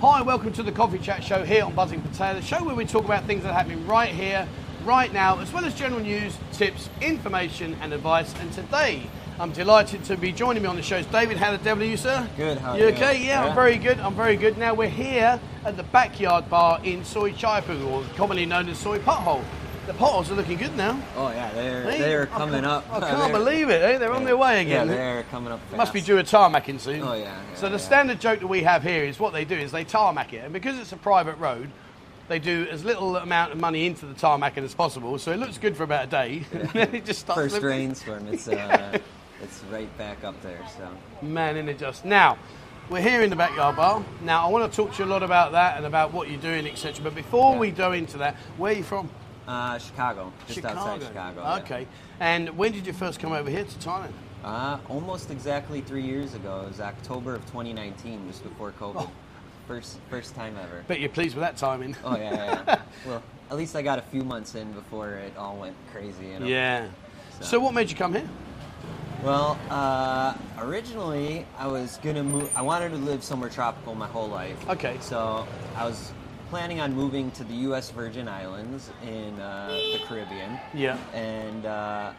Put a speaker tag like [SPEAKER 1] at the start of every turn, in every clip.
[SPEAKER 1] Hi, and welcome to the Coffee Chat Show here on Buzzing Potato, the show where we talk about things that are happening right here, right now, as well as general news, tips, information, and advice. And today, I'm delighted to be joining me on the show. is David, how the devil are you, sir?
[SPEAKER 2] Good, how are
[SPEAKER 1] you?
[SPEAKER 2] you?
[SPEAKER 1] okay? Yeah, I'm
[SPEAKER 2] Yeah.
[SPEAKER 1] very good. I'm very good. Now, we're here at the Backyard Bar in Soy Chaipu, or commonly known as Soy Pothole. The potholes are looking good now.
[SPEAKER 2] Oh yeah, they're
[SPEAKER 1] Hey,
[SPEAKER 2] they're
[SPEAKER 1] I
[SPEAKER 2] coming
[SPEAKER 1] can't-
[SPEAKER 2] up.
[SPEAKER 1] I can't
[SPEAKER 2] They're-
[SPEAKER 1] believe it. Eh? They're on their way again.
[SPEAKER 2] Yeah, they're coming up. Fast.
[SPEAKER 1] Must be due a tarmacking soon.
[SPEAKER 2] Oh, yeah, yeah,
[SPEAKER 1] so the
[SPEAKER 2] yeah.
[SPEAKER 1] standard joke that we have here is what they do is they tarmac it, and because it's a private road, they do as little amount of money into the tarmacking as possible. So it looks good for about a day, and then it just starts.
[SPEAKER 2] First
[SPEAKER 1] looking-
[SPEAKER 2] rainstorm. It's uh, it's right back up there. So
[SPEAKER 1] Man in it just. Now, we're here in the backyard bar. Now I want to talk to you a lot about that and about what you're doing, etc. But before
[SPEAKER 2] Yeah.
[SPEAKER 1] we go into that, where are you from?
[SPEAKER 2] uh, Chicago, just outside Chicago. yeah.
[SPEAKER 1] Okay. And when did you first come over here to Thailand?
[SPEAKER 2] Uh, almost exactly three years ago. It was October of 2019, just before COVID.
[SPEAKER 1] Oh.
[SPEAKER 2] First first time ever.
[SPEAKER 1] Bet you're pleased with that timing.
[SPEAKER 2] Oh yeah, yeah. yeah. well, at least I got a few months in before it all went crazy. You know?
[SPEAKER 1] yeah.
[SPEAKER 2] So-
[SPEAKER 1] so what made you come here?
[SPEAKER 2] Well, uh, originally I was gonna move. I wanted to live somewhere tropical my whole life.
[SPEAKER 1] Okay.
[SPEAKER 2] So I was planning on moving to the U.S. Virgin Islands in uh, the Caribbean.
[SPEAKER 1] Yeah.
[SPEAKER 2] And uh,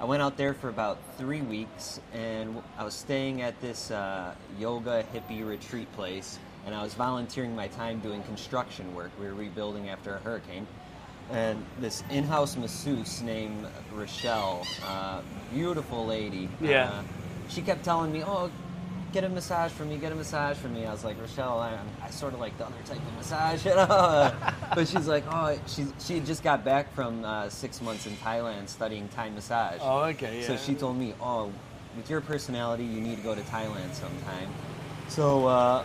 [SPEAKER 2] I went out there for about three weeks, and I was staying at this uh, yoga hippie retreat place, and I was volunteering my time doing construction work. We were rebuilding after a hurricane. And this in-house masseuse named Rochelle, uh, beautiful lady.
[SPEAKER 1] Yeah.
[SPEAKER 2] uh, she kept telling me, "Oh, get a massage for me, get a massage for me." I was like, "Rochelle, I, I sort of like the other type of massage," you know. but she's like, "Oh, she she had just got back from uh, six months in Thailand studying Thai massage."
[SPEAKER 1] Oh, okay,
[SPEAKER 2] So
[SPEAKER 1] yeah.
[SPEAKER 2] she told me, "Oh, with your personality, you need to go to Thailand sometime." So. Uh,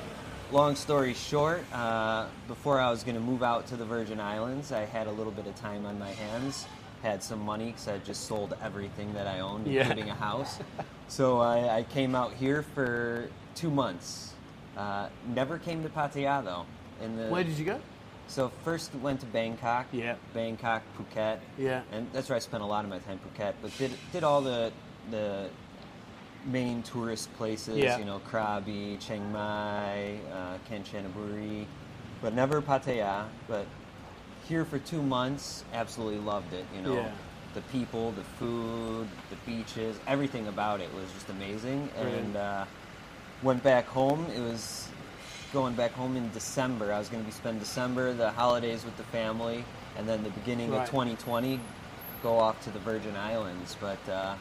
[SPEAKER 2] Long story short, uh, before I was going to move out to the Virgin Islands, I had a little bit of time on my hands, had some money because I just sold everything that I owned,
[SPEAKER 1] Yeah.
[SPEAKER 2] including a house. So I, I came out here for two months. Uh, never came to Pattaya though. In the
[SPEAKER 1] Where did you go?
[SPEAKER 2] so first went to Bangkok.
[SPEAKER 1] Yeah.
[SPEAKER 2] Bangkok, Phuket.
[SPEAKER 1] Yeah.
[SPEAKER 2] And that's where I spent a lot of my time, Phuket. But did did all the the main tourist places.
[SPEAKER 1] Yeah.
[SPEAKER 2] You know, Krabi, Chiang Mai, uh, Kanchanaburi, but never Pattaya. But here for two months, absolutely loved it. You know.
[SPEAKER 1] Yeah.
[SPEAKER 2] The people, the food, the beaches, everything about it was just amazing.
[SPEAKER 1] Brilliant.
[SPEAKER 2] And uh, went back home. It was going back home in December. I was going to be spend December, the holidays with the family, and then the beginning
[SPEAKER 1] Right.
[SPEAKER 2] of 2020, go off to the Virgin Islands. But uh,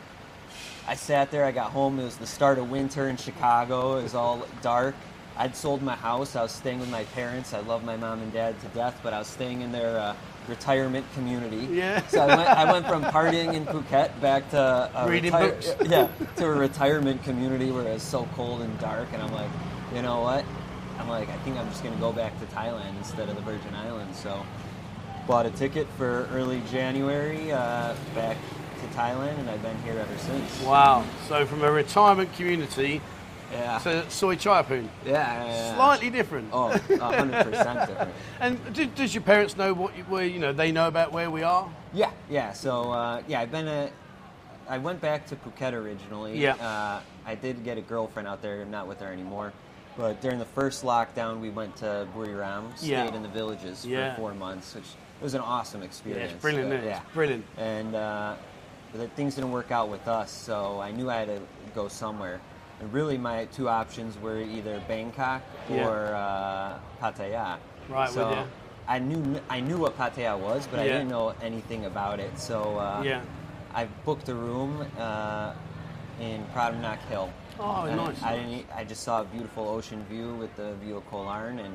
[SPEAKER 2] I sat there. I got home. It was the start of winter in Chicago. It was all dark. I'd sold my house. I was staying with my parents. I love my mom and dad to death, but I was staying in their uh, retirement community.
[SPEAKER 1] Yeah.
[SPEAKER 2] So I went, I went from partying in Phuket back to a
[SPEAKER 1] Reading
[SPEAKER 2] retire-
[SPEAKER 1] books.
[SPEAKER 2] yeah, to a retirement community where it's so cold and dark, and I'm like, you know what? I'm like, I think I'm just gonna go back to Thailand instead of the Virgin Islands. So, bought a ticket for early January uh, back to Thailand, and I've been here ever since.
[SPEAKER 1] Wow. So from a retirement community
[SPEAKER 2] Yeah.
[SPEAKER 1] to soy chaipoon.
[SPEAKER 2] yeah, yeah, yeah.
[SPEAKER 1] Slightly different.
[SPEAKER 2] Oh, 100 percent different.
[SPEAKER 1] And do, does your parents know what you, where you know they know about where we are?
[SPEAKER 2] Yeah, yeah. So uh, yeah, I've been a. I went back to Phuket originally.
[SPEAKER 1] Yeah.
[SPEAKER 2] Uh, I did get a girlfriend out there. I'm not with her anymore. But during the first lockdown, we went to Buriram, stayed
[SPEAKER 1] Yeah.
[SPEAKER 2] in the villages
[SPEAKER 1] Yeah.
[SPEAKER 2] for four months, which was an awesome experience.
[SPEAKER 1] brilliant,
[SPEAKER 2] Uh,
[SPEAKER 1] isn't it? It's brilliant.
[SPEAKER 2] And uh, but the, things didn't work out with us, so I knew I had to go somewhere. And really, my two options were either Bangkok
[SPEAKER 1] Yeah.
[SPEAKER 2] or uh, Pattaya.
[SPEAKER 1] Right, with
[SPEAKER 2] So
[SPEAKER 1] ya.
[SPEAKER 2] I knew I knew what Pattaya was, but I
[SPEAKER 1] Yeah.
[SPEAKER 2] didn't know anything about it. So uh,
[SPEAKER 1] Yeah.
[SPEAKER 2] I booked a room uh, in Pradamnak Hill.
[SPEAKER 1] Oh,
[SPEAKER 2] And
[SPEAKER 1] nice, nice.
[SPEAKER 2] I, didn't, e, I just saw a beautiful ocean view with the view of Kolarn and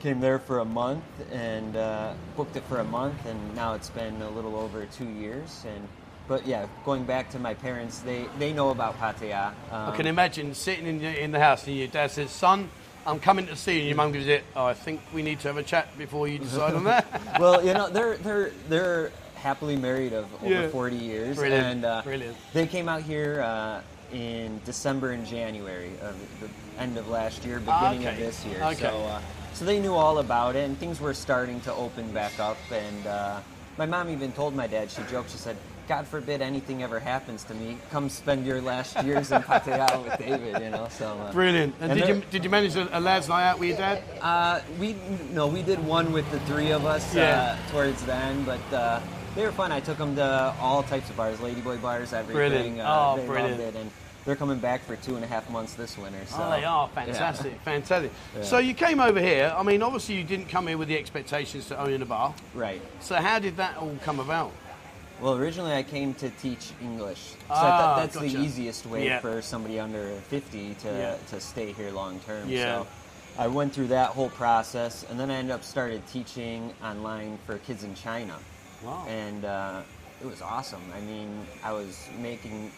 [SPEAKER 2] came there for a month and uh, booked it for a month and now it's been a little over two years and but yeah going back to my parents they they know about pattaya um,
[SPEAKER 1] I can imagine sitting in the, in the house and your dad says, "Son, I'm coming to see you." And your mum gives it, "Oh, I think we need to have a chat before you decide on that."
[SPEAKER 2] well, you know, they're they're they're happily married of over
[SPEAKER 1] Yeah.
[SPEAKER 2] 40 years,
[SPEAKER 1] Brilliant,
[SPEAKER 2] and uh,
[SPEAKER 1] brilliant.
[SPEAKER 2] they came out here uh, in December and January of the end of last year,
[SPEAKER 1] Ah,
[SPEAKER 2] beginning of
[SPEAKER 1] okay.
[SPEAKER 2] this year.
[SPEAKER 1] Okay.
[SPEAKER 2] So, uh, so they knew all about it, and things were starting to open back up. And uh, my mom even told my dad. She joked. She said, God forbid anything ever happens to me, come spend your last years in Pattaya with David, you know. So uh,
[SPEAKER 1] Brilliant. And,
[SPEAKER 2] And
[SPEAKER 1] did you
[SPEAKER 2] there-
[SPEAKER 1] did you manage a, a lads' night out with your dad?
[SPEAKER 2] Uh, we no, we did one with the three of us
[SPEAKER 1] Yeah.
[SPEAKER 2] uh, towards the end, but uh, they were fun. I took them to all types of bars, Ladyboy bars, everything.
[SPEAKER 1] Brilliant.
[SPEAKER 2] Uh,
[SPEAKER 1] Oh,
[SPEAKER 2] they
[SPEAKER 1] brilliant.
[SPEAKER 2] loved it, and they're coming back for two and a half months this winter. So
[SPEAKER 1] oh, they are
[SPEAKER 2] yeah.
[SPEAKER 1] fantastic, fantastic. So you came over here. I mean, obviously you didn't come here with the expectations to own a bar.
[SPEAKER 2] Right.
[SPEAKER 1] So how did that all come about?
[SPEAKER 2] Well, originally I came to teach English, so
[SPEAKER 1] Ah,
[SPEAKER 2] that, that's
[SPEAKER 1] gotcha.
[SPEAKER 2] the easiest way
[SPEAKER 1] Yeah.
[SPEAKER 2] for somebody under 50 to,
[SPEAKER 1] Yeah.
[SPEAKER 2] to stay here long term.
[SPEAKER 1] Yeah.
[SPEAKER 2] So I went through that whole process, and then I ended up started teaching online for kids in China.
[SPEAKER 1] Wow.
[SPEAKER 2] And uh, it was awesome. I mean, I was making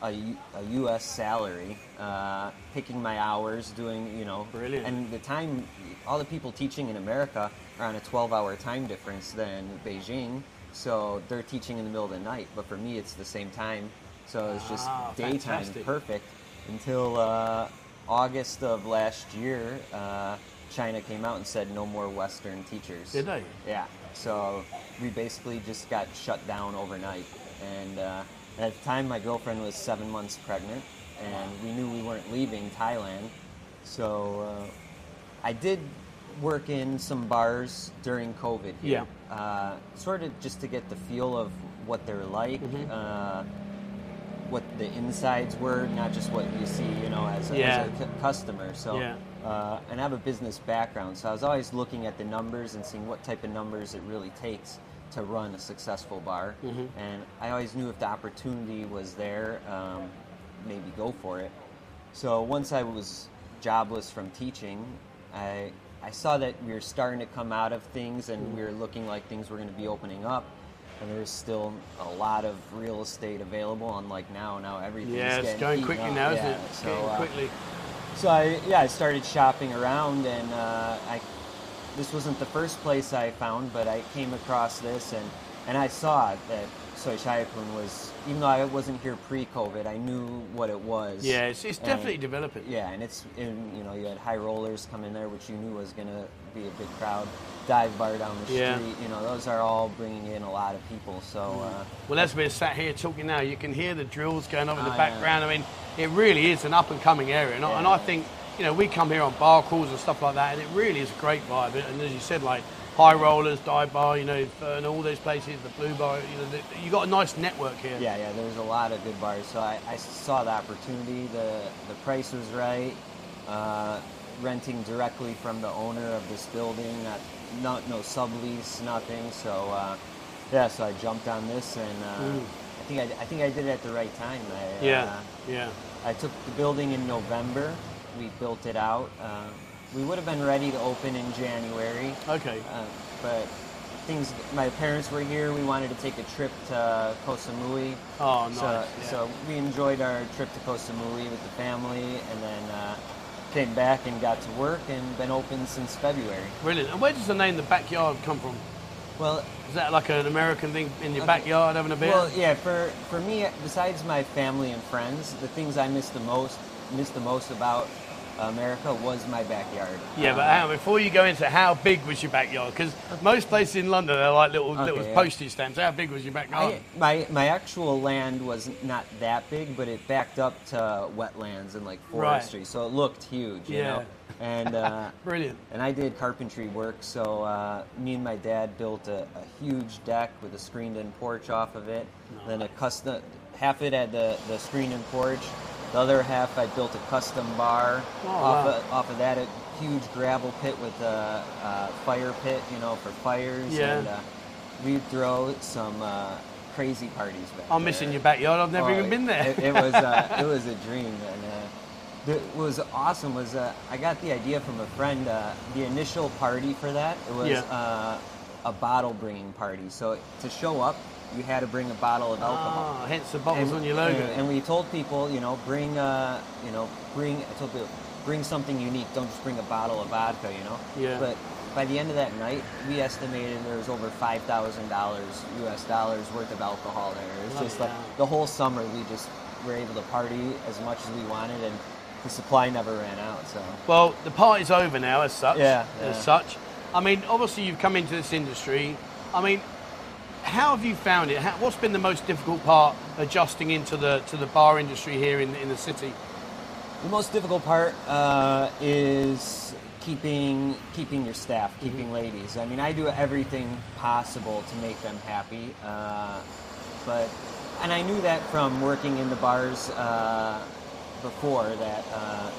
[SPEAKER 2] a, U- a U.S. salary, uh, picking my hours, doing you know,
[SPEAKER 1] Brilliant.
[SPEAKER 2] and the time, all the people teaching in America are on a 12-hour time difference than Beijing, so they're teaching in the middle of the night. But for me, it's the same time, so it's just
[SPEAKER 1] Ah,
[SPEAKER 2] daytime,
[SPEAKER 1] fantastic.
[SPEAKER 2] perfect. Until uh, August of last year, uh, China came out and said no more Western teachers.
[SPEAKER 1] Did they?
[SPEAKER 2] Yeah. So we basically just got shut down overnight. And uh, at the time, my girlfriend was seven months pregnant, and we knew we weren't leaving Thailand. So uh, I did work in some bars during COVID here.
[SPEAKER 1] Yeah.
[SPEAKER 2] Uh, sort of just to get the feel of what they're like.
[SPEAKER 1] Mm-hmm.
[SPEAKER 2] Uh, what the insides were, not just what you see, you know, as a,
[SPEAKER 1] Yeah.
[SPEAKER 2] as a cu- customer. So,
[SPEAKER 1] Yeah.
[SPEAKER 2] uh, and I have a business background, so I was always looking at the numbers and seeing what type of numbers it really takes to run a successful bar.
[SPEAKER 1] Mm-hmm.
[SPEAKER 2] And I always knew if the opportunity was there, um, maybe go for it. So once I was jobless from teaching, I I saw that we were starting to come out of things, and we were looking like things were going to be opening up. And there was still a lot of real estate available, unlike now. Now everything's
[SPEAKER 1] Yeah, it's
[SPEAKER 2] getting
[SPEAKER 1] going
[SPEAKER 2] eaten
[SPEAKER 1] quickly
[SPEAKER 2] up.
[SPEAKER 1] now, isn't
[SPEAKER 2] Yeah,
[SPEAKER 1] it? It's
[SPEAKER 2] so,
[SPEAKER 1] getting
[SPEAKER 2] uh,
[SPEAKER 1] quickly.
[SPEAKER 2] so I yeah I started shopping around and uh, I this wasn't the first place I found but I came across this and and I saw that soy chayapun was even though I wasn't here pre-COVID I knew what it was
[SPEAKER 1] Yeah, it's, it's
[SPEAKER 2] And-
[SPEAKER 1] definitely developing.
[SPEAKER 2] yeah and it's and, you know you had high rollers come in there which you knew was gonna be a big crowd dive bar down the
[SPEAKER 1] Yeah.
[SPEAKER 2] street you know those are all bringing in a lot of people so uh,
[SPEAKER 1] Well, as we're sat here talking now, you can hear the drills going on in the
[SPEAKER 2] Ah, yeah.
[SPEAKER 1] background. I mean, it really is an up and coming area, and, I and I
[SPEAKER 2] Yeah.
[SPEAKER 1] think you know we come here on bar calls and stuff like that, and it really is a great vibe. And as you said, like high rollers, dive bar, you know, and all those places, the blue bar, you know, the, you got a nice network here.
[SPEAKER 2] Yeah, yeah, there's a lot of good bars. So I, I saw the opportunity. The the price was right. Uh, renting directly from the owner of this building, not not no sublease, nothing. So uh, yeah, so I jumped on this, and uh, I think I, I think I did it at the right time. I,
[SPEAKER 1] yeah,
[SPEAKER 2] Uh,
[SPEAKER 1] yeah.
[SPEAKER 2] I took the building in November. We built it out. Uh, we would have been ready to open in January.
[SPEAKER 1] Okay.
[SPEAKER 2] Uh, but things, my parents were here. We wanted to take a trip to Koh Samui.
[SPEAKER 1] Oh, nice,
[SPEAKER 2] So,
[SPEAKER 1] yeah.
[SPEAKER 2] so we enjoyed our trip to Koh Samui with the family, and then uh, came back and got to work, and been open since February.
[SPEAKER 1] Brilliant. And where does the name the backyard come from?
[SPEAKER 2] Well,
[SPEAKER 1] Is that like an American thing in your
[SPEAKER 2] Okay.
[SPEAKER 1] backyard having a beer?
[SPEAKER 2] Well, yeah. For for me, besides my family and friends, the things I miss the most miss the most about America was my backyard.
[SPEAKER 1] Yeah, but
[SPEAKER 2] Uh,
[SPEAKER 1] hang on, before you go into how big was your backyard, because most places in London are like little little
[SPEAKER 2] yeah. Oh,
[SPEAKER 1] postage stamps. How big was your backyard?
[SPEAKER 2] I- my my actual land was not that big, but it backed up to wetlands and like forestry, so it looked huge. You
[SPEAKER 1] Yeah.
[SPEAKER 2] know? And uh,
[SPEAKER 1] Brilliant.
[SPEAKER 2] and I did carpentry work, so uh, me and my dad built a, a huge deck with a screened-in porch off of it. Then a custom half it had the the screened-in porch. The other half I built a custom bar
[SPEAKER 1] Oh,
[SPEAKER 2] off,
[SPEAKER 1] wow.
[SPEAKER 2] of, off of that. A huge gravel pit with a, a fire pit, you know, for fires.
[SPEAKER 1] Yeah.
[SPEAKER 2] And, uh, we throw some uh, crazy parties back.
[SPEAKER 1] I'm
[SPEAKER 2] there.
[SPEAKER 1] missing your backyard. I've never
[SPEAKER 2] Oh,
[SPEAKER 1] even been there.
[SPEAKER 2] It, it was uh, it was a dream, and uh, the- what was awesome was uh, I got the idea from a friend. Uh, the initial party for that it was
[SPEAKER 1] Yeah.
[SPEAKER 2] uh, a bottle bringing party. So to show up, you had to bring a bottle of alcohol.
[SPEAKER 1] Ah, hence the bottles
[SPEAKER 2] And-
[SPEAKER 1] on your logo.
[SPEAKER 2] And, and we told people, you know, bring, uh, you know, bring. I told people, bring something unique. Don't just bring a bottle of vodka, you know.
[SPEAKER 1] Yeah.
[SPEAKER 2] But by the end of that night, we estimated there was over five thousand dollars U.S. dollars worth of alcohol there. It's
[SPEAKER 1] Bloody
[SPEAKER 2] just like
[SPEAKER 1] hell.
[SPEAKER 2] the whole summer we just were able to party as much as we wanted, and the supply never ran out. So.
[SPEAKER 1] well, the party's over now, as such.
[SPEAKER 2] Yeah, yeah.
[SPEAKER 1] As such. I mean, obviously, you've come into this industry. I mean, how have you found it? How, what's been the most difficult part adjusting into the to the bar industry here in, in the city?
[SPEAKER 2] The most difficult part uh, is keeping keeping your staff,
[SPEAKER 1] Mm-hmm.
[SPEAKER 2] keeping ladies. I mean, I do everything possible to make them happy, uh, but and I knew that from working in the bars uh, before that uh,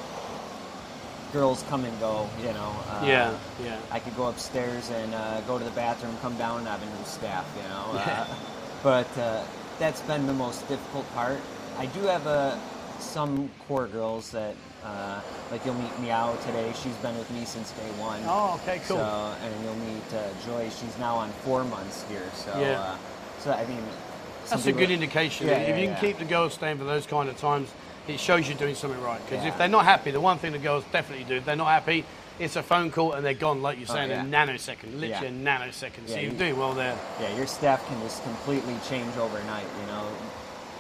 [SPEAKER 2] girls come and go. You know. Uh,
[SPEAKER 1] Yeah, yeah.
[SPEAKER 2] I could go upstairs and uh, go to the bathroom, come down, and have a new staff. You know.
[SPEAKER 1] Yeah.
[SPEAKER 2] Uh, but uh, that's been the most difficult part. I do have uh, some core girls that, uh, like you'll meet Meow today. She's been with me since day one.
[SPEAKER 1] Oh, okay, cool.
[SPEAKER 2] So, and you'll meet uh, Joy. She's now on four months here. So,
[SPEAKER 1] Yeah.
[SPEAKER 2] uh, so I mean, some
[SPEAKER 1] That's a
[SPEAKER 2] people-
[SPEAKER 1] good indication.
[SPEAKER 2] Yeah,
[SPEAKER 1] if
[SPEAKER 2] yeah,
[SPEAKER 1] you can
[SPEAKER 2] yeah.
[SPEAKER 1] keep the girls staying for those kind of times, it shows you're doing something right. Because
[SPEAKER 2] Yeah.
[SPEAKER 1] if they're not happy, the one thing the girls definitely do, if they're not happy, it's a phone call and they're gone, like you're saying,
[SPEAKER 2] Oh, yeah.
[SPEAKER 1] in a nanosecond, literally
[SPEAKER 2] Yeah.
[SPEAKER 1] a nanosecond. so
[SPEAKER 2] Yeah,
[SPEAKER 1] you're
[SPEAKER 2] you-
[SPEAKER 1] doing well there.
[SPEAKER 2] Yeah, your staff can just completely change overnight. You know,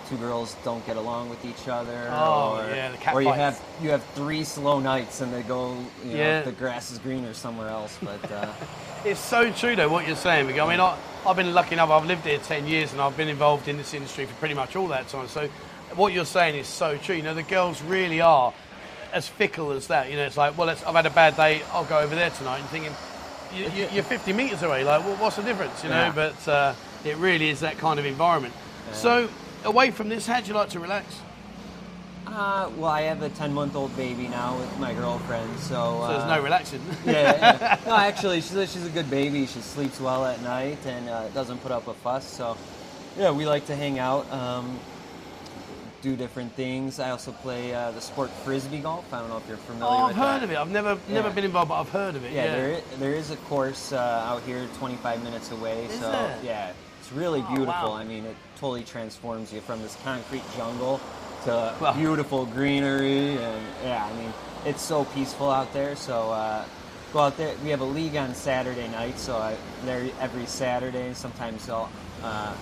[SPEAKER 2] two girls don't get along with each other.
[SPEAKER 1] Oh,
[SPEAKER 2] or,
[SPEAKER 1] yeah, the cat
[SPEAKER 2] Or you
[SPEAKER 1] fights.
[SPEAKER 2] have you have three slow nights and they go. You know,
[SPEAKER 1] Yeah.
[SPEAKER 2] the grass is greener somewhere else. But uh,
[SPEAKER 1] It's so true, though, what you're saying. Because, I mean, I, I've been lucky enough, I've lived here 10 years and I've been involved in this industry for pretty much all that time. So, what you're saying is so true. You know, the girls really are as fickle as that. You know, it's like, well, it's, I've had a bad day, I'll go over there tonight. And thinking, you, you, you're 50 metres away, like, well, what's the difference, you know?
[SPEAKER 2] Yeah.
[SPEAKER 1] But uh, it really is that kind of environment. So, away from this, how do you like to relax?
[SPEAKER 2] uh, well, I have a ten month old baby now with my girlfriend. So,
[SPEAKER 1] So,
[SPEAKER 2] uh,
[SPEAKER 1] there's no relaxing.
[SPEAKER 2] yeah, yeah. No, actually, she's a, she's a good baby. She sleeps well at night and uh, doesn't put up a fuss. So, yeah, we like to hang out, um, do different things. I also play uh, the sport frisbee golf. I don't know if you're familiar
[SPEAKER 1] Oh, I've
[SPEAKER 2] with
[SPEAKER 1] heard
[SPEAKER 2] that.
[SPEAKER 1] of it. I've never never
[SPEAKER 2] Yeah.
[SPEAKER 1] been involved, but I've heard of it.
[SPEAKER 2] Yeah,
[SPEAKER 1] Yeah,
[SPEAKER 2] There, is, there is a course uh, out here 25 minutes away.
[SPEAKER 1] Is
[SPEAKER 2] so,
[SPEAKER 1] there?
[SPEAKER 2] yeah, it's really
[SPEAKER 1] Oh,
[SPEAKER 2] beautiful.
[SPEAKER 1] wow.
[SPEAKER 2] I mean, it totally transforms you from this concrete jungle to
[SPEAKER 1] Wow.
[SPEAKER 2] beautiful greenery. And yeah, I mean, it's so peaceful out there. So, uh, go out there. We have a league on Saturday night. So, I, there every Saturday, sometimes all, uh,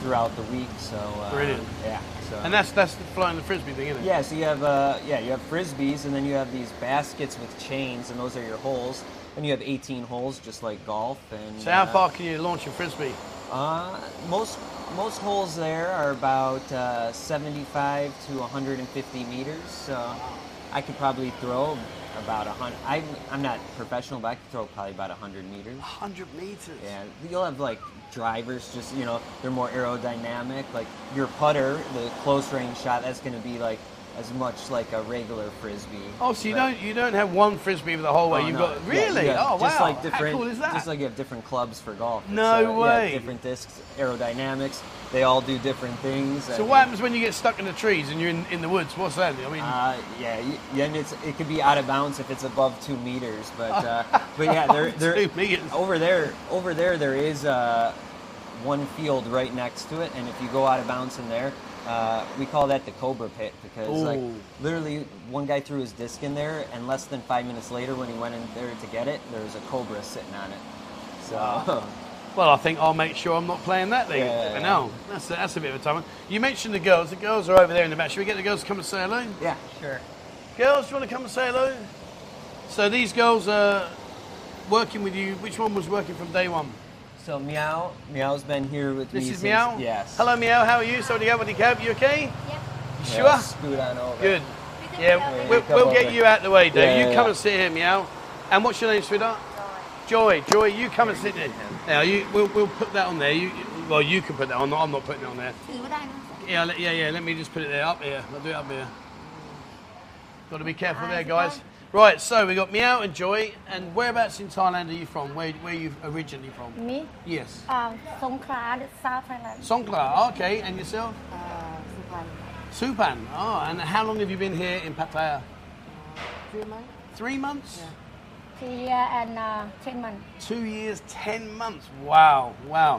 [SPEAKER 2] throughout the week. So, uh,
[SPEAKER 1] Brilliant.
[SPEAKER 2] Yeah. So,
[SPEAKER 1] And that's, that's the flying the frisbee thing, isn't it?
[SPEAKER 2] yeah, so you have uh, yeah, you have frisbees, and then you have these baskets with chains, and those are your holes. And you have 18 holes, just like golf. And
[SPEAKER 1] So how
[SPEAKER 2] uh,
[SPEAKER 1] far can you launch a frisbee?
[SPEAKER 2] Uh, most most holes there are about uh, 75 to 150 meters. So I could probably throw about 100. I'm I'm not professional, but I could throw probably about 100 meters.
[SPEAKER 1] 100 meters.
[SPEAKER 2] Yeah, you'll have like drivers, just you know, they're more aerodynamic. Like your putter, the close range shot, that's going to be like as much like a regular frisbee.
[SPEAKER 1] Oh, so you
[SPEAKER 2] But-
[SPEAKER 1] don't you don't have one frisbee for the whole way.
[SPEAKER 2] Oh,
[SPEAKER 1] You've
[SPEAKER 2] no.
[SPEAKER 1] got
[SPEAKER 2] Yeah, you
[SPEAKER 1] really.
[SPEAKER 2] have
[SPEAKER 1] oh wow!
[SPEAKER 2] just Like different,
[SPEAKER 1] how cool is that?
[SPEAKER 2] Just like you have different clubs for golf. It's,
[SPEAKER 1] No
[SPEAKER 2] yeah,
[SPEAKER 1] way.
[SPEAKER 2] different discs, aerodynamics. They all do different things. I
[SPEAKER 1] so
[SPEAKER 2] mean,
[SPEAKER 1] what happens when you get stuck in the trees and you're in, in the woods? What's that? I mean,
[SPEAKER 2] Uh, yeah, you- yeah, and it's it could be out of bounds if it's above two meters, but uh, but yeah, there there
[SPEAKER 1] Two meters.
[SPEAKER 2] over there over there there is uh, one field right next to it, and if you go out of bounds in there, uh, we call that the cobra pit because like
[SPEAKER 1] Ooh.
[SPEAKER 2] literally one guy threw his disc in there, and less than five minutes later, when he went in there to get it, there was a cobra sitting on it. So
[SPEAKER 1] well, I think I'll make sure I'm not playing that thing.
[SPEAKER 2] Yeah, yeah,
[SPEAKER 1] But
[SPEAKER 2] yeah.
[SPEAKER 1] no, that's a, that's a bit of a tough one. You mentioned the girls. The girls are over there in the back. Should we get the girls to come and say hello?
[SPEAKER 2] yeah, sure.
[SPEAKER 1] Girls, do you want to come and say hello? So these girls are working with you. Which one was working from day one?
[SPEAKER 2] So meow meow's been here with
[SPEAKER 1] This
[SPEAKER 2] me.
[SPEAKER 1] is
[SPEAKER 2] since-
[SPEAKER 1] Meow.
[SPEAKER 2] Yes.
[SPEAKER 1] Hello, Meow. How are you? Sorry to go with the cab. You okay?
[SPEAKER 3] Yep.
[SPEAKER 1] You sure?
[SPEAKER 2] Yeah, Scoot on over.
[SPEAKER 1] Good.
[SPEAKER 3] We can
[SPEAKER 1] Yeah,
[SPEAKER 3] put
[SPEAKER 1] we-
[SPEAKER 3] out
[SPEAKER 1] we'll,
[SPEAKER 2] Come
[SPEAKER 1] we'll
[SPEAKER 2] over.
[SPEAKER 1] get you out the way, Dave.
[SPEAKER 2] Yeah,
[SPEAKER 1] you
[SPEAKER 2] yeah,
[SPEAKER 1] come
[SPEAKER 2] yeah.
[SPEAKER 1] and sit here, meow. And what's your name, sweetheart? Joy. Joy, you come and sit there. Now, you, we'll, we'll put that on there. You, you- well, you can put that on. I'm not putting it on there.
[SPEAKER 3] ถือไม่ได้นะ
[SPEAKER 1] Yeah, let- yeah, yeah. Let me just put it there, up here. I'll do it up here. Got to be careful there,
[SPEAKER 3] Eyes
[SPEAKER 1] guys.
[SPEAKER 3] on.
[SPEAKER 1] Right, so we got Meow and Joy. And whereabouts in Thailand are you from? Where, where you originally from?
[SPEAKER 3] me
[SPEAKER 1] Yes.
[SPEAKER 3] um สงขลา South Thailand
[SPEAKER 1] Songkla. Okay, and yourself?
[SPEAKER 3] เอ่อสุพรรณ
[SPEAKER 1] Supan. Oh, and how long have you been here in Pattaya?
[SPEAKER 3] Uh, three months
[SPEAKER 1] Three months?
[SPEAKER 3] three year and uh, ten months
[SPEAKER 1] Two years, ten months. Wow, wow.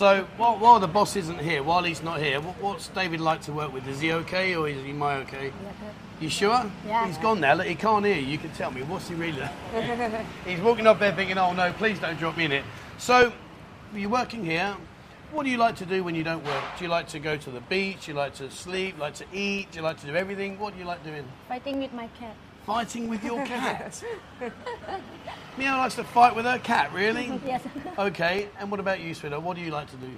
[SPEAKER 1] So while, while the boss isn't here, while he's not here, what, what's David like to work with? Is he okay or is he my okay? You sure?
[SPEAKER 3] Yeah.
[SPEAKER 1] He's gone now. Look, he can't hear you. You can tell me. What's he really like? He's walking off there thinking, oh no, please don't drop me in it. So you're working here. What do you like to do when you don't work? Do you like to go to the beach? Do you like to sleep? Like to eat? Do you like to do everything? What do you like doing?
[SPEAKER 3] fighting with my cat
[SPEAKER 1] Fighting with your cat. Meow likes to fight with her cat, really?
[SPEAKER 3] yes
[SPEAKER 1] Okay, and what about you, sweetheart? What do you like to do?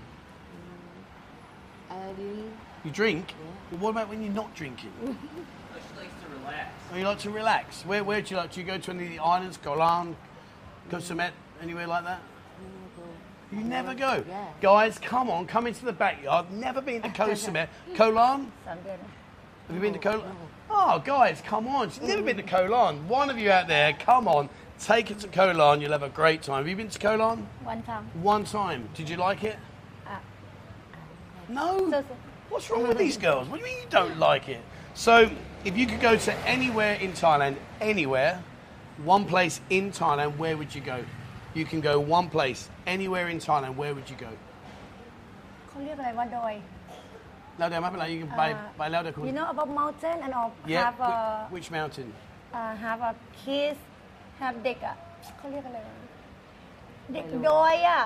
[SPEAKER 3] I drink.
[SPEAKER 1] You drink? Well, what about when you're not drinking?
[SPEAKER 4] She likes to relax.
[SPEAKER 1] Or you like to relax? Where, where do you like? Do you go to any of the islands, Golan, Koh Samet, anywhere like that? You never go.
[SPEAKER 3] Yeah.
[SPEAKER 1] Guys, come on, come into the backyard. Never been to Koh Samet. Kolan?
[SPEAKER 3] Something.
[SPEAKER 1] Have you been to Kolan? Oh, guys, come on. She's never been to Kolan. One of you out there, come on, take it to Kolan. You'll have a great time. Have you been to Kolan?
[SPEAKER 3] One time.
[SPEAKER 1] One time. Did you like it?
[SPEAKER 3] Uh,
[SPEAKER 1] No.
[SPEAKER 3] So- so-
[SPEAKER 1] What's wrong with these girls? What do you mean you don't like it? So, if you could go to anywhere in Thailand, anywhere, one place in Thailand, where would you go? You can go one place anywhere in Thailand. Where would you go?
[SPEAKER 3] เขาเรียกอะไรว่าดอย
[SPEAKER 1] No, no, I'm like you can buy
[SPEAKER 3] Uh,
[SPEAKER 1] buy louder. Cool.
[SPEAKER 3] You know about mountain and all
[SPEAKER 1] yeah.
[SPEAKER 3] have a
[SPEAKER 1] whi- which mountain?
[SPEAKER 3] uh, have a kiss have เด็กอ่ะเขาเรียกอะไรวะเด็กดอยอ่ะ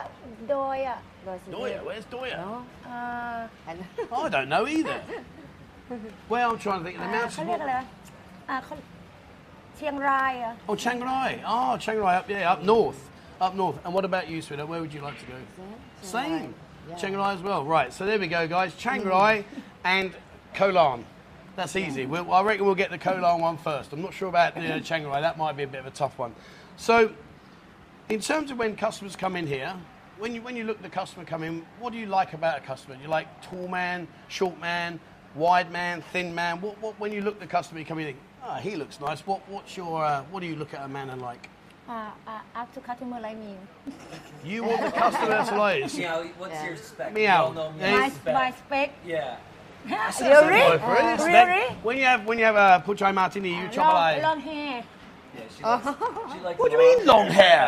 [SPEAKER 3] ดอยอ่ะ
[SPEAKER 1] Doya. Where's Doya?
[SPEAKER 3] อ่า
[SPEAKER 1] I don't know either. well, I'm trying to think. of
[SPEAKER 3] อ่า
[SPEAKER 1] The
[SPEAKER 3] เขา
[SPEAKER 1] mountain.
[SPEAKER 3] เรียกอะไรวะอ่าเขาเชียงรายอ่ะ
[SPEAKER 1] Oh, Chiang Rai. Oh, Chiang Rai up yeah, up north, up north. And what about you, sweetheart? Where would you like to go? Same. Chiang Rai, as well. Right. So there we go, guys. Chiang Rai and Kolan. That's easy. We'll, I reckon we'll get the Kolan one first. I'm not sure about the uh, Chiang Rai. That might be a bit of a tough one. So, in terms of when customers come in here. When you, when you look at the customer come in, what do you like about a customer? You like tall man, short man, wide man, thin man? What, what, when you look at the customer, you come in and think, ah, he looks nice. What, what's your, uh, what do you look at a man and like?
[SPEAKER 3] อ่าอ่า up to customer like me
[SPEAKER 1] You want the customer to like you.
[SPEAKER 4] Meow, what's your spec?
[SPEAKER 1] Meow.
[SPEAKER 4] We all know
[SPEAKER 1] Yeah.
[SPEAKER 4] meow
[SPEAKER 3] my
[SPEAKER 4] spec.
[SPEAKER 3] my spec
[SPEAKER 4] Yeah.
[SPEAKER 3] really
[SPEAKER 1] Go for it. It's
[SPEAKER 3] really
[SPEAKER 1] that- When you have when you have a puchai martini, you chop
[SPEAKER 3] long
[SPEAKER 1] a line.
[SPEAKER 3] long hair
[SPEAKER 4] Yeah, she likes, she likes
[SPEAKER 1] What do you mean long hair?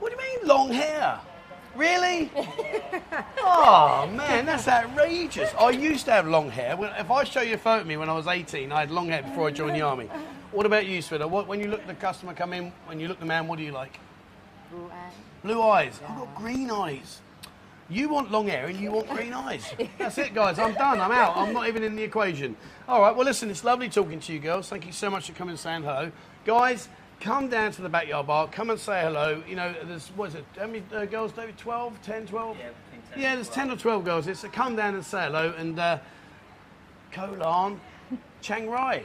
[SPEAKER 1] What do you mean long hair? Really? oh man, that's outrageous. I used to have long hair. Well, If I show you a photo of me when I was 18, I had long hair before I joined the army. What about you, Swidder? What when you look at the customer come in, when you look at the man, what do you like?
[SPEAKER 5] Blue eye.
[SPEAKER 1] Blue eyes. I've got green eyes. You want long hair and you want green eyes. That's it, guys. I'm done. I'm out. I'm not even in the equation. All right. Well, listen, it's lovely talking to you girls. Thank you so much for coming and saying hello. Guys, come down to the backyard bar. Come and say hello. You know, there's, what is it? How many uh, girls, David? 12, 10, 12?
[SPEAKER 4] Yeah, between 10
[SPEAKER 1] Yeah,
[SPEAKER 4] and
[SPEAKER 1] there's
[SPEAKER 4] 12.
[SPEAKER 1] 10 or 12 girls. here, So come down and say hello. And uh, Kolan, Chiang Rai.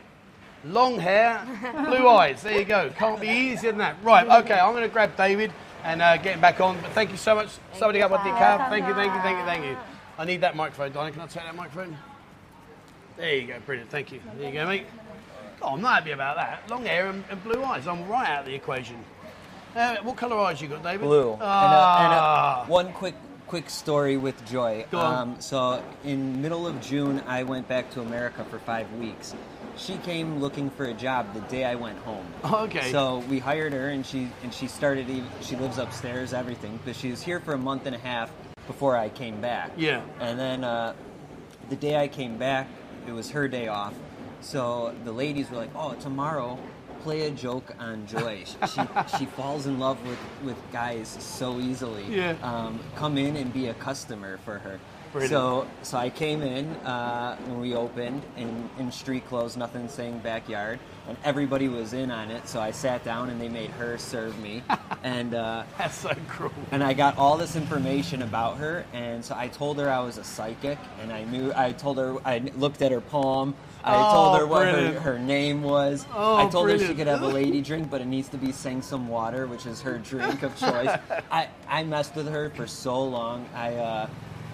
[SPEAKER 1] Long hair, blue eyes. There you go. Can't be easier than that. Right, okay, I'm going to grab David and uh, get him back on. But thank you so much. Somebody got what they cab. Thank you, thank you, thank you, thank you. I need that microphone, Donna. Can I take that microphone? There you go, brilliant. Thank you. There you go, mate. Oh, I'm not happy about that. Long hair and, and blue eyes. I'm right out of the equation. Uh, what colour eyes you got, David?
[SPEAKER 2] Blue. And,
[SPEAKER 1] Ah.
[SPEAKER 2] uh, and, uh, one quick quick story with Joy. Um,
[SPEAKER 1] Go on.
[SPEAKER 2] so in middle of June, I went back to America for five weeks. She came looking for a job the day I went home.
[SPEAKER 1] Okay.
[SPEAKER 2] So we hired her, and she and she started. ev- She lives upstairs, everything. But she was here for a month and a half before I came back.
[SPEAKER 1] Yeah.
[SPEAKER 2] And then uh, the day I came back, it was her day off. So the ladies were like, "Oh, tomorrow, play a joke on Joy. She she, she falls in love with with guys so easily.
[SPEAKER 1] Yeah.
[SPEAKER 2] Um, come in and be a customer for her."
[SPEAKER 1] Brilliant.
[SPEAKER 2] So so I came in uh, when we opened in, in street clothes, nothing saying backyard, and everybody was in on it. So I sat down and they made her serve me, and. Uh,
[SPEAKER 1] That's so cruel.
[SPEAKER 2] and I got all this information about her, and so I told her I was a psychic, and I knew. I told her I looked at her palm. I
[SPEAKER 1] Oh,
[SPEAKER 2] told her what her,
[SPEAKER 1] brilliant.
[SPEAKER 2] her name was.
[SPEAKER 1] Oh,
[SPEAKER 2] I told her she
[SPEAKER 1] brilliant.
[SPEAKER 2] could have a lady drink, but it needs to be Sangsum water, which is her drink of choice. I, I messed with her for so long. I uh,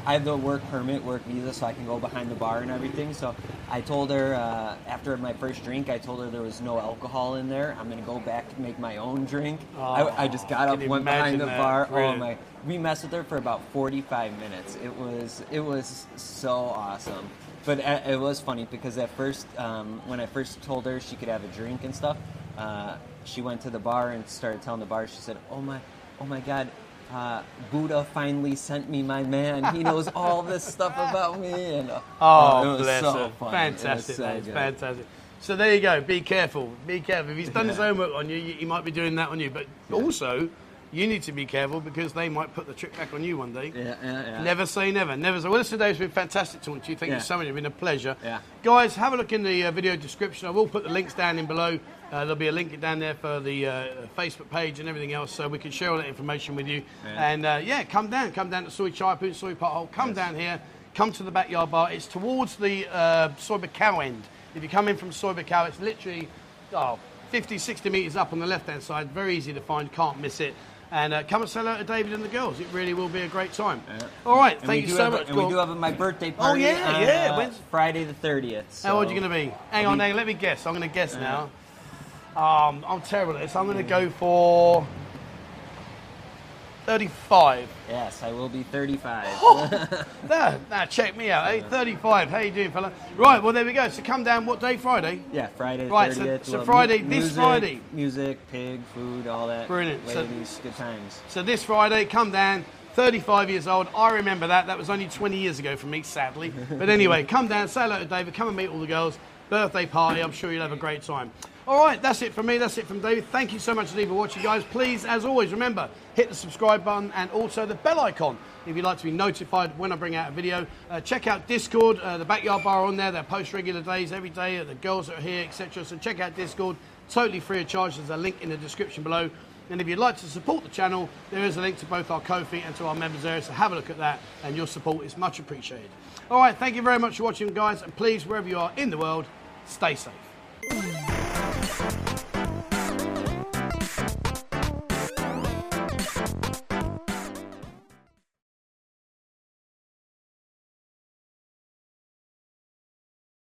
[SPEAKER 2] I have the work permit, work visa, so I can go behind the bar and everything. So I told her uh, after my first drink, I told her there was no alcohol in there. I'm gonna go back and make my own drink. I, I just got
[SPEAKER 1] Oh,
[SPEAKER 2] up,
[SPEAKER 1] can you
[SPEAKER 2] went behind
[SPEAKER 1] imagine
[SPEAKER 2] the
[SPEAKER 1] that?
[SPEAKER 2] bar. Oh
[SPEAKER 1] Brilliant.
[SPEAKER 2] my! We messed with her for about forty-five minutes. It was it was so awesome, but a- it was funny because at first, um, when I first told her she could have a drink and stuff, uh, she went to the bar and started telling the bar. She said, "Oh my, oh my God." Uh, Buddha finally sent me my man. He knows all this stuff about me. And, uh,
[SPEAKER 1] Oh,
[SPEAKER 2] it was
[SPEAKER 1] bless
[SPEAKER 2] so
[SPEAKER 1] her.
[SPEAKER 2] funny. It was
[SPEAKER 1] Fantastic.
[SPEAKER 2] so
[SPEAKER 1] that is
[SPEAKER 2] good.
[SPEAKER 1] fantastic. So there you go. Be careful. Be careful. If he's done his homework on you, you- he might be doing that on you. But also, you need to be careful because they might put the trick back on you one day.
[SPEAKER 2] Yeah, yeah, yeah.
[SPEAKER 1] Never say never. Never say. Well, listen, Dave, it's been fantastic talking to you. Thank
[SPEAKER 2] Yeah.
[SPEAKER 1] you so much. It's been a pleasure.
[SPEAKER 2] Yeah.
[SPEAKER 1] Guys, have a look in the uh, video description. I will put the links down in below. Uh, there'll be a link down there for the uh, Facebook page and everything else, so we can share all that information with you.
[SPEAKER 2] Yeah.
[SPEAKER 1] And uh, yeah, come down. Come down to Soy Chai Poon, Soy Pothole. Come down here. come to the backyard bar. It's towards the uh, Soyber Cow end. If you come in from Soyber Cow, it's literally oh, 50, 60 metres up on the left hand side. Very easy to find, can't miss it. And uh, come and say hello to David and the girls. It really will be a great time. All right,
[SPEAKER 2] And
[SPEAKER 1] thank
[SPEAKER 2] we
[SPEAKER 1] you
[SPEAKER 2] do
[SPEAKER 1] so
[SPEAKER 2] have a-
[SPEAKER 1] much.
[SPEAKER 2] and
[SPEAKER 1] Go
[SPEAKER 2] we
[SPEAKER 1] on.
[SPEAKER 2] do have a, my birthday party.
[SPEAKER 1] Oh, yeah,
[SPEAKER 2] on,
[SPEAKER 1] yeah,
[SPEAKER 2] uh,
[SPEAKER 1] when's-
[SPEAKER 2] Friday the thirtieth.
[SPEAKER 1] How old are you going to be? Hang
[SPEAKER 2] I'll
[SPEAKER 1] on,
[SPEAKER 2] be-
[SPEAKER 1] hang on, let me guess. I'm going to guess now. Um, I'm terrible at this. I'm going to go for 35.
[SPEAKER 2] Yes, I will be thirty-five.
[SPEAKER 1] Oh! There, now check me out. Hey, 35. How you doing, fella? Right, well there we go. So come down. What day? Friday.
[SPEAKER 2] yeah, Friday the
[SPEAKER 1] Right, so-
[SPEAKER 2] thirtieth.
[SPEAKER 1] so Friday, this
[SPEAKER 2] music,
[SPEAKER 1] Friday.
[SPEAKER 2] Music, pig, food, all that.
[SPEAKER 1] Brilliant. So-
[SPEAKER 2] Ladies, good times.
[SPEAKER 1] So this Friday, come down. 35 years old. I remember that. That was only 20 years ago for me, sadly. But anyway, come down, say hello to David, come and meet all the girls. Birthday party. I'm sure you'll have a great time. All right, that's it from me. That's it from David. Thank you so much indeed for watching, guys. Please, as always, remember hit the subscribe button and also the bell icon if you'd like to be notified when I bring out a video. Uh, check out Discord, uh, the Backyard Bar on there. They post regular days every day. uh, The girls that are here, etc. So check out Discord. Totally free of charge. There's a link in the description below. And if you'd like to support the channel, there is a link to both our Kofi and to our members area, so have a look at that, and your support is much appreciated. All right, thank you very much for watching, guys, and please, wherever you are in the world, stay safe.